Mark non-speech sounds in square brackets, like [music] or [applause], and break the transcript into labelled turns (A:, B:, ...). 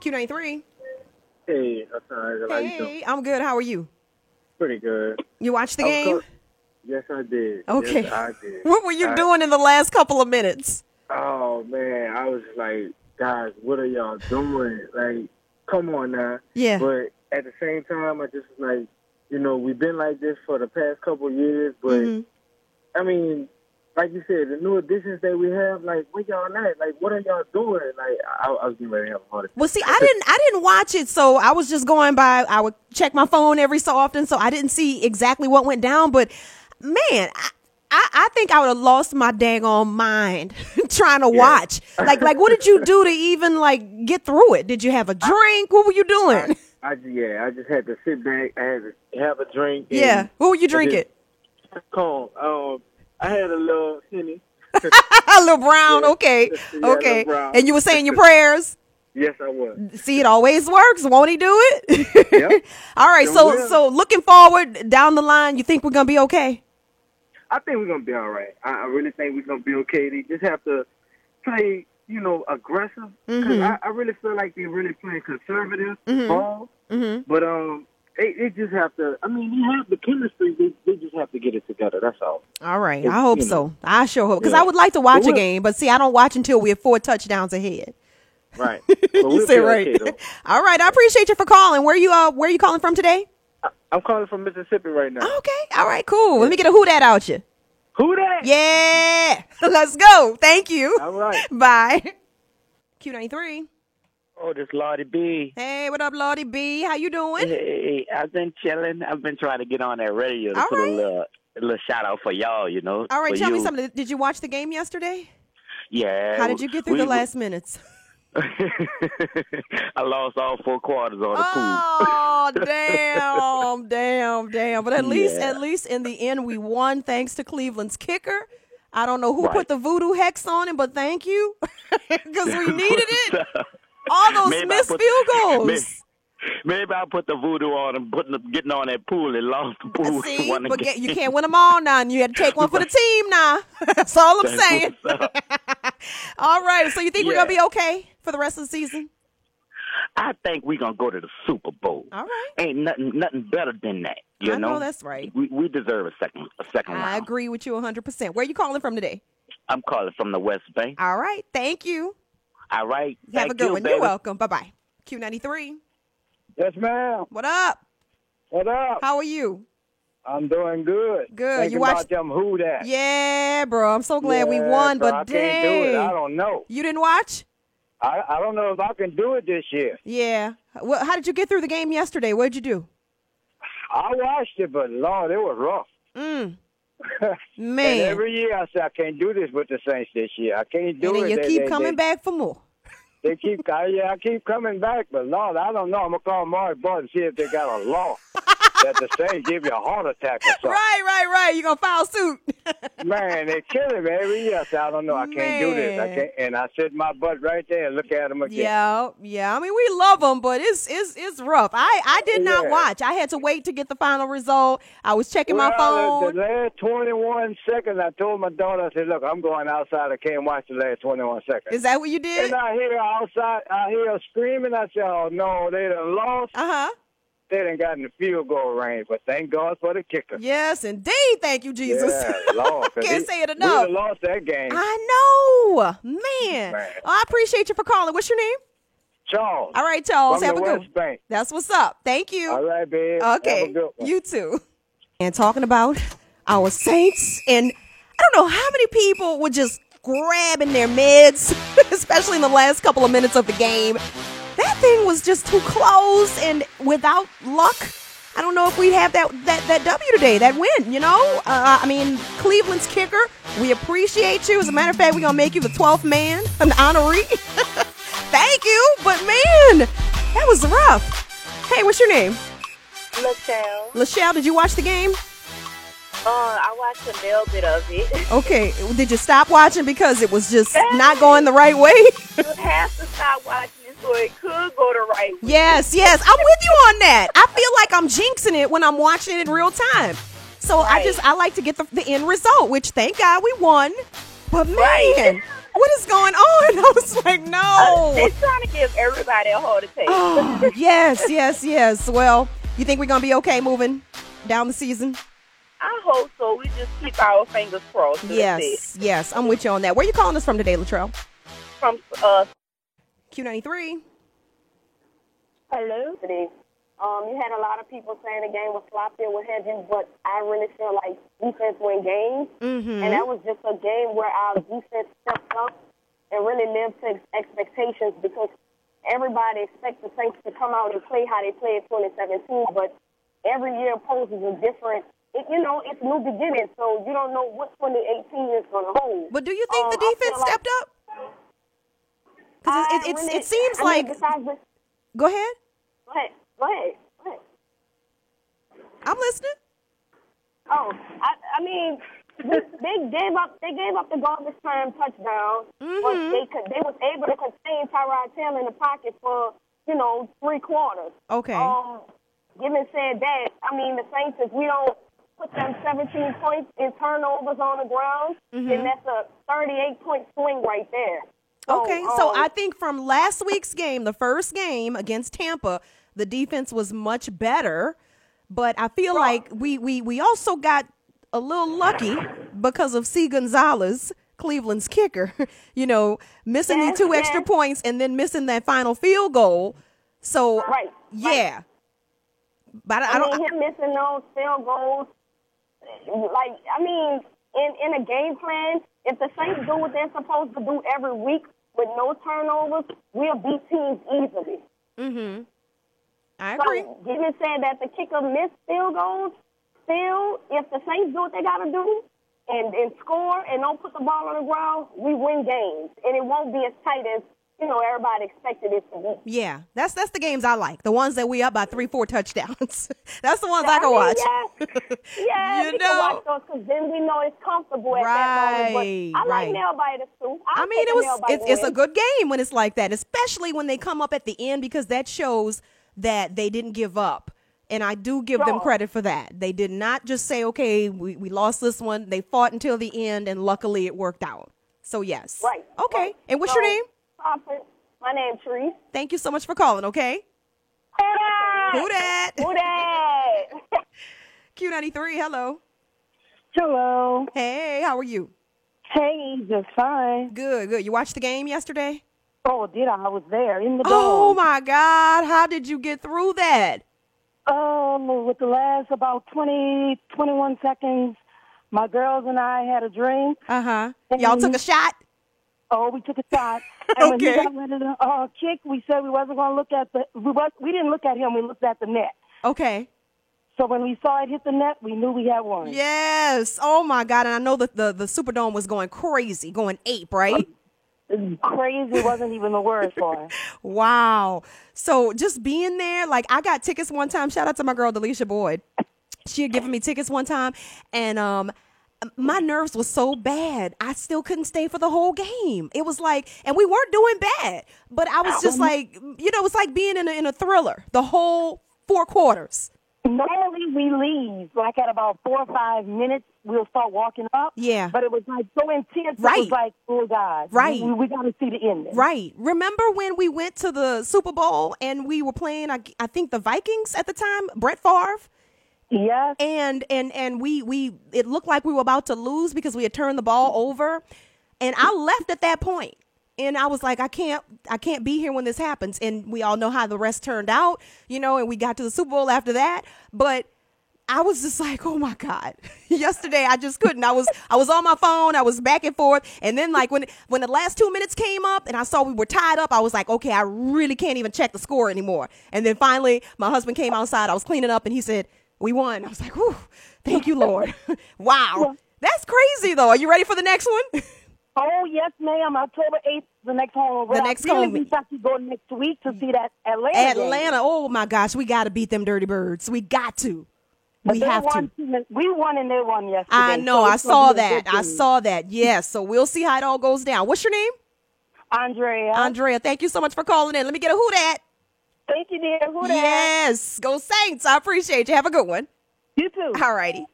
A: Q93.
B: Hey, that's all right. How you doing?
A: Hey, I'm good. How are you?
B: Pretty good.
A: You watched the
B: Of
A: game?
B: course- Yes, I did.
A: Okay.
B: Yes, I did.
A: [laughs] What were you
B: I-
A: doing in the last couple of minutes?
B: Oh man, I was like, guys, what are y'all doing? Like, come on now.
A: Yeah.
B: But at the same time, I just was like, you know, we've been like this for the past couple years, but
A: Mm-hmm.
B: I mean, like you said, the new additions that we have, like, where y'all at? Like, what are y'all doing? Like, I, I was getting ready to have a heart attack.
A: Well, see, I didn't, I didn't watch it, so I was just going by. I would check my phone every so often, so I didn't see exactly what went down. But man, I, I, I think I would have lost my daggone mind [laughs] trying to watch. Like, like, what did you do to even like get through it? Did you have a drink? What were you doing?
B: I ju- yeah, I just had to sit back. I had to have a drink. and-
A: [laughs] yeah, what were you drinking? [laughs]
B: Calm. Um, I had a little henny.
A: A little brown, okay,
B: Yeah,
A: okay.
B: Lil Brown.
A: And you were saying your prayers.
B: Yes, I was.
A: See, it always works. Won't he do it?
B: Yep.
A: [laughs] All right.
B: Sure
A: So,
B: will.
A: so looking forward down the line, you think we're gonna be okay?
B: I think we're gonna be all right. I, I really think we're gonna be okay. They just have to play, you know, aggressive. 'Cause I, I really feel like they're really playing conservative ball. But um, they, they just have to. I mean, they have the chemistry. They, they just have to get it together. That's all.
A: All right.
B: It-
A: I hope
B: you
A: so.
B: know.
A: I sure hope because
B: Yeah.
A: I would like to watch
B: But
A: a
B: we'll-
A: game, but see, I don't watch until we're four touchdowns ahead.
B: Right. But [laughs]
A: [laughs]
B: we'll
A: you said
B: be
A: right.
B: okay, [laughs] though.
A: All right. I appreciate you for calling. Where you uh Where you calling from today?
B: I'm calling from Mississippi right now.
A: Okay. All right. Cool. Let me get a who that out you.
B: Who that?
A: Yeah. [laughs] Let's go. Thank you.
B: All right.
A: [laughs] Bye. Q ninety three.
C: Oh, this Lottie B.
A: Hey, what up, Lordy B? How you doing?
C: Hey, I've been chilling. I've been trying to get on that radio to
A: All
C: put
A: right.
C: a little, a little shout out for y'all. You know.
A: All right.
C: for
A: Tell me
C: you.
A: something. Did you watch the game yesterday?
C: Yeah.
A: How did you get through
C: we-
A: the last minutes?
C: [laughs] I lost all four quarters on the
A: Oh damn, damn, damn! But at least,
C: Yeah.
A: at least in the end, we won thanks to Cleveland's kicker. I don't know who put
C: Right.
A: the voodoo hex on him, but thank you [laughs] because
C: [laughs]
A: we needed it.
C: pool.
A: All those
C: Maybe I
A: missed
C: put-
A: field goals.
C: [laughs] Maybe, maybe I put the voodoo on and putting, getting on that pool and lost the pool. [laughs] and
A: See,
C: won the
A: but get,
C: game.
A: you can't win them all now, and you had to take one for
C: [laughs]
A: the team now. [laughs] That's all I'm
C: That's
A: saying.
C: what's up.
A: [laughs] All right, so you think we're
C: Yeah.
A: gonna be okay for the rest of the season?
C: I think we're gonna go to the Super Bowl.
A: All right.
C: Ain't nothing nothing better than that. You
A: I know
C: know?
A: that's right.
C: We we deserve a second a second
A: I
C: round.
A: agree with you 100%. Where you calling from today?
C: I'm calling from the West Bank.
A: All right, thank you.
C: All right.
A: Have
C: Thank
A: a good
C: you,
A: one.
C: baby.
A: You're welcome. Bye bye. Q93.
B: Yes, ma'am.
A: What up?
B: What up?
A: How are you?
B: I'm doing good.
A: Good. Thinking You watch- about
B: them who that?
A: Yeah, bro. I'm so glad we won, but dang.
B: don't know.
A: you didn't watch?
B: I, I don't know if I can do it this year.
A: Yeah. Well, how did you get through the game yesterday? What'd you do?
B: I watched it, but Lord, it was rough.
A: Mm.
B: [laughs] And
A: Man.
B: every year I say I can't do this with the Saints this year. I can't do
A: And then
B: it.
A: you
B: They-
A: keep
B: they-
A: coming
B: they-
A: back for more.
B: They keep, I, yeah, I keep coming back, but Lord, I don't know. I'm gonna call Mark Bart and see if they got a
A: [laughs]
B: law that the Saints give you a heart attack or something.
A: Right, right, right. You're going to file suit. [laughs]
B: Man, they killing me every year. I say I don't know. I can't do this. I
A: Man.
B: can't. And I sit my butt right there and look at them again.
A: yeah, yeah. I mean, we love them, but it's it's it's rough. I I did not
B: Yeah.
A: watch. I had to wait to get the final result. I was checking my
B: Well,
A: phone.
B: The, the last 21 seconds, I told my daughter, I said, "Look, I'm going outside. I can't watch the last 21 seconds."
A: Is that what you did?
B: And
A: Uh
B: I hear outside, I hear screaming. I say, "Oh no, they done lost.
A: huh.
B: They done got in the field goal range." But thank God for the kicker.
A: Yes, indeed. Thank you, Jesus. [laughs]
B: Yeah, Lord, 'cause
A: Can't
B: he-
A: say it
B: we'd
A: enough.
B: have lost that game,
A: I know, man.
B: Man.
A: Oh, I appreciate you for calling. What's your name?
B: Charles.
A: All right, Charles.
B: From
A: have
B: the
A: a good.
B: West Bank.
A: That's what's up. Thank you.
B: All right, babe. Have a
A: Okay,
B: good one.
A: you too. And talking about our saints, and I don't know how many people were just grabbing their meds, [laughs] especially in the last couple of minutes of the game. That thing was just too close, and without luck, I don't know if we'd have that that, that W today, that win. You know, uh, I mean, Cleveland's kicker. We appreciate you. As a matter of fact, we're gonna make you the twelfth man, [laughs] an honoree. Thank you, but man, that was rough. Hey, what's your name?
D: Michelle.
A: Lachelle, did you watch the game?
D: Uh, I watched a little bit of it. [laughs]
A: Okay. Did you stop watching because it was just not going the right way? [laughs]
D: you have to stop watching it so it could go the right way.
A: Yes, yes. I'm with you on that. I feel like I'm jinxing it when I'm watching it in real time. So I
D: Right.
A: just I like to get the, the end result, which thank God we won. But man,
D: Right.
A: What is going on? [laughs] I was like, no.
D: They're Uh, trying to give everybody a heart attack. Uh,
A: Oh, [sighs]
D: [laughs]
A: yes, yes, yes. Well, you think we're gonna be okay moving down the season?
D: I hope so. We just keep our fingers crossed. That's it.
A: Yes, yes. I'm with you on that. Where you calling us from today, Latrell?
D: From uh,
A: Q93.
E: Hello. Um, you had a lot of people saying the game was sloppy or what have you, but I really feel like defense win games.
A: Mm-hmm.
E: And that was just a game where our defense stepped up and really lived to ex- expectations because everybody expects the Saints to come out and play how they played in 2017, but every year poses a different, it, you know, it's new beginning, so you don't know what 2018 is going to hold.
A: But do you think
E: Um,
A: the
E: I feel
A: defense
E: like-
A: stepped up? Because
E: I
A: it, it's
E: really-
A: it seems
E: I mean,
A: like.
E: besides the-
A: Go ahead.
E: Go ahead. Go ahead. Go ahead.
A: I'm listening.
E: Oh, I, I mean, they they gave up. They gave up the garbage time touchdown,
A: Mm-hmm.
E: but they could. They was able to contain Tyrod Taylor in the pocket for you know three quarters.
A: Okay.
E: Um, given said that, I mean the Saints if we don't put them 17 points in turnovers on the ground,
A: Mm-hmm.
E: then that's a 38 point swing right there.
A: Okay, so
E: um,
A: I think from last week's game, the first game against Tampa, the defense was much better, but I feel like we we we also got a little lucky because of C Gonzalez, Cleveland's kicker, [laughs] you know, missing
E: Yes,
A: the two extra
E: yes.
A: points and then missing that final field goal. So
E: Right,
A: yeah. But I,
E: I,
A: I don't
E: mean, him missing those field goals. Like, I mean, in in a game plan, if the Saints do what they're supposed to do every week with no turnovers, we'll beat teams easily.
A: I
E: So,
A: agree.
E: given said that the kicker missed field goals, still, if the Saints do what they got to do and and score and don't put the ball on the ground, we win games, and it won't be as tight as you know everybody expected it to be.
A: Yeah, that's that's the games I like. The ones that we up by three, four touchdowns. [laughs] that's the ones I
E: I
A: can
E: mean,
A: watch.
E: yeah.
A: [laughs]
E: Yeah,
A: You
E: we
A: know.
E: can watch those because then we know it's comfortable at that
A: Right,
E: moment. But I
A: right.
E: like nail biters too. i
A: I mean, it was it's, it's a good game when it's like that, especially when they come up at the end because that shows that they didn't give up. And I do give them
E: Sure.
A: credit for that. They did not just say, "Okay, we, we lost this one." They fought until the end, and luckily it worked out. So yes,
E: right.
A: okay.
E: right.
A: And what's
E: So,
A: your name?
E: Prophet. My name Tree.
A: Thank you so much for calling. Okay, who
E: Who
A: that?
E: Who that?
A: [laughs] Q ninety three. Hello.
F: [laughs] Hello.
A: Hey, how are you?
F: Hey, just fine.
A: Good, good. You watched the game yesterday?
F: Oh, did I? I was there in the
A: Oh
F: dome.
A: my God! How did you get through that?
F: Um, with the last about 20, 21 seconds, my girls and I had a drink.
A: Uh huh. Y'all took a shot.
F: Oh, we took a
A: [laughs]
F: shot. And
A: Okay.
F: when he got ready to uh, kick, we said we wasn't going to look at the. We was, We didn't look at him. We looked at the net.
A: Okay.
F: So when we saw it hit the net, we knew we had one.
A: Yes. Oh my God. And I know that the, the Superdome was going crazy, going ape, right?
F: Crazy wasn't even the word
A: [laughs]
F: for it.
A: Wow. So just being there, like I got tickets one time. Shout out to my girl Delisha Boyd. She had given me tickets one time and um my nerves was so bad. I still couldn't stay for the whole game. It was like and we weren't doing bad, but I was just like, you know, it was like being in a, in a thriller the whole four quarters.
F: Normally we leave like at about four or five minutes. We'll start walking up.
A: Yeah.
F: But it was like so intense. It
A: Right.
F: was like, oh God.
A: Right.
F: We, we got to see the end.
A: Right. Remember when we went to the Super Bowl and we were playing, I, I think, the Vikings at the time, Brett Favre?
F: Yes.
A: And, and, and we, we, it looked like we were about to lose because we had turned the ball over. And I left at that point. And I was like, I can't, I can't be here when this happens. And we all know how the rest turned out, you know, and we got to the Super Bowl after that. But I was just like, oh my God. [laughs] Yesterday I just couldn't. I was I was on my phone, I was back and forth. And then like when when the last two minutes came up and I saw we were tied up, I was like, okay, I really can't even check the score anymore. And then finally my husband came outside, I was cleaning up and he said, We won. I was like, Whew, thank you,
F: [laughs]
A: Lord. wow. That's crazy though. Are you ready for the next
F: [laughs]
A: one? [laughs]
F: Oh yes, ma'am. October eighth, the next home.
A: The
F: Well,
A: next
F: I really
A: home.
F: wish I could go next week to see that Atlanta. game.
A: Atlanta. Oh my gosh, we gotta beat them dirty birds. We got to.
F: But
A: We
F: they
A: have to.
F: won two- We won and they won yesterday.
A: I
F: so
A: know. I
F: it's gonna be
A: saw
F: a
A: that.
F: good
A: I
F: game.
A: saw that. Yes. So we'll see how it all goes down. What's your name?
F: Andrea.
A: Andrea, thank you so much for calling in. Let me get a who that.
F: Thank you, dear. Who that?
A: Yes. Go Saints. I appreciate you. Have a good one.
F: You too.
A: All righty.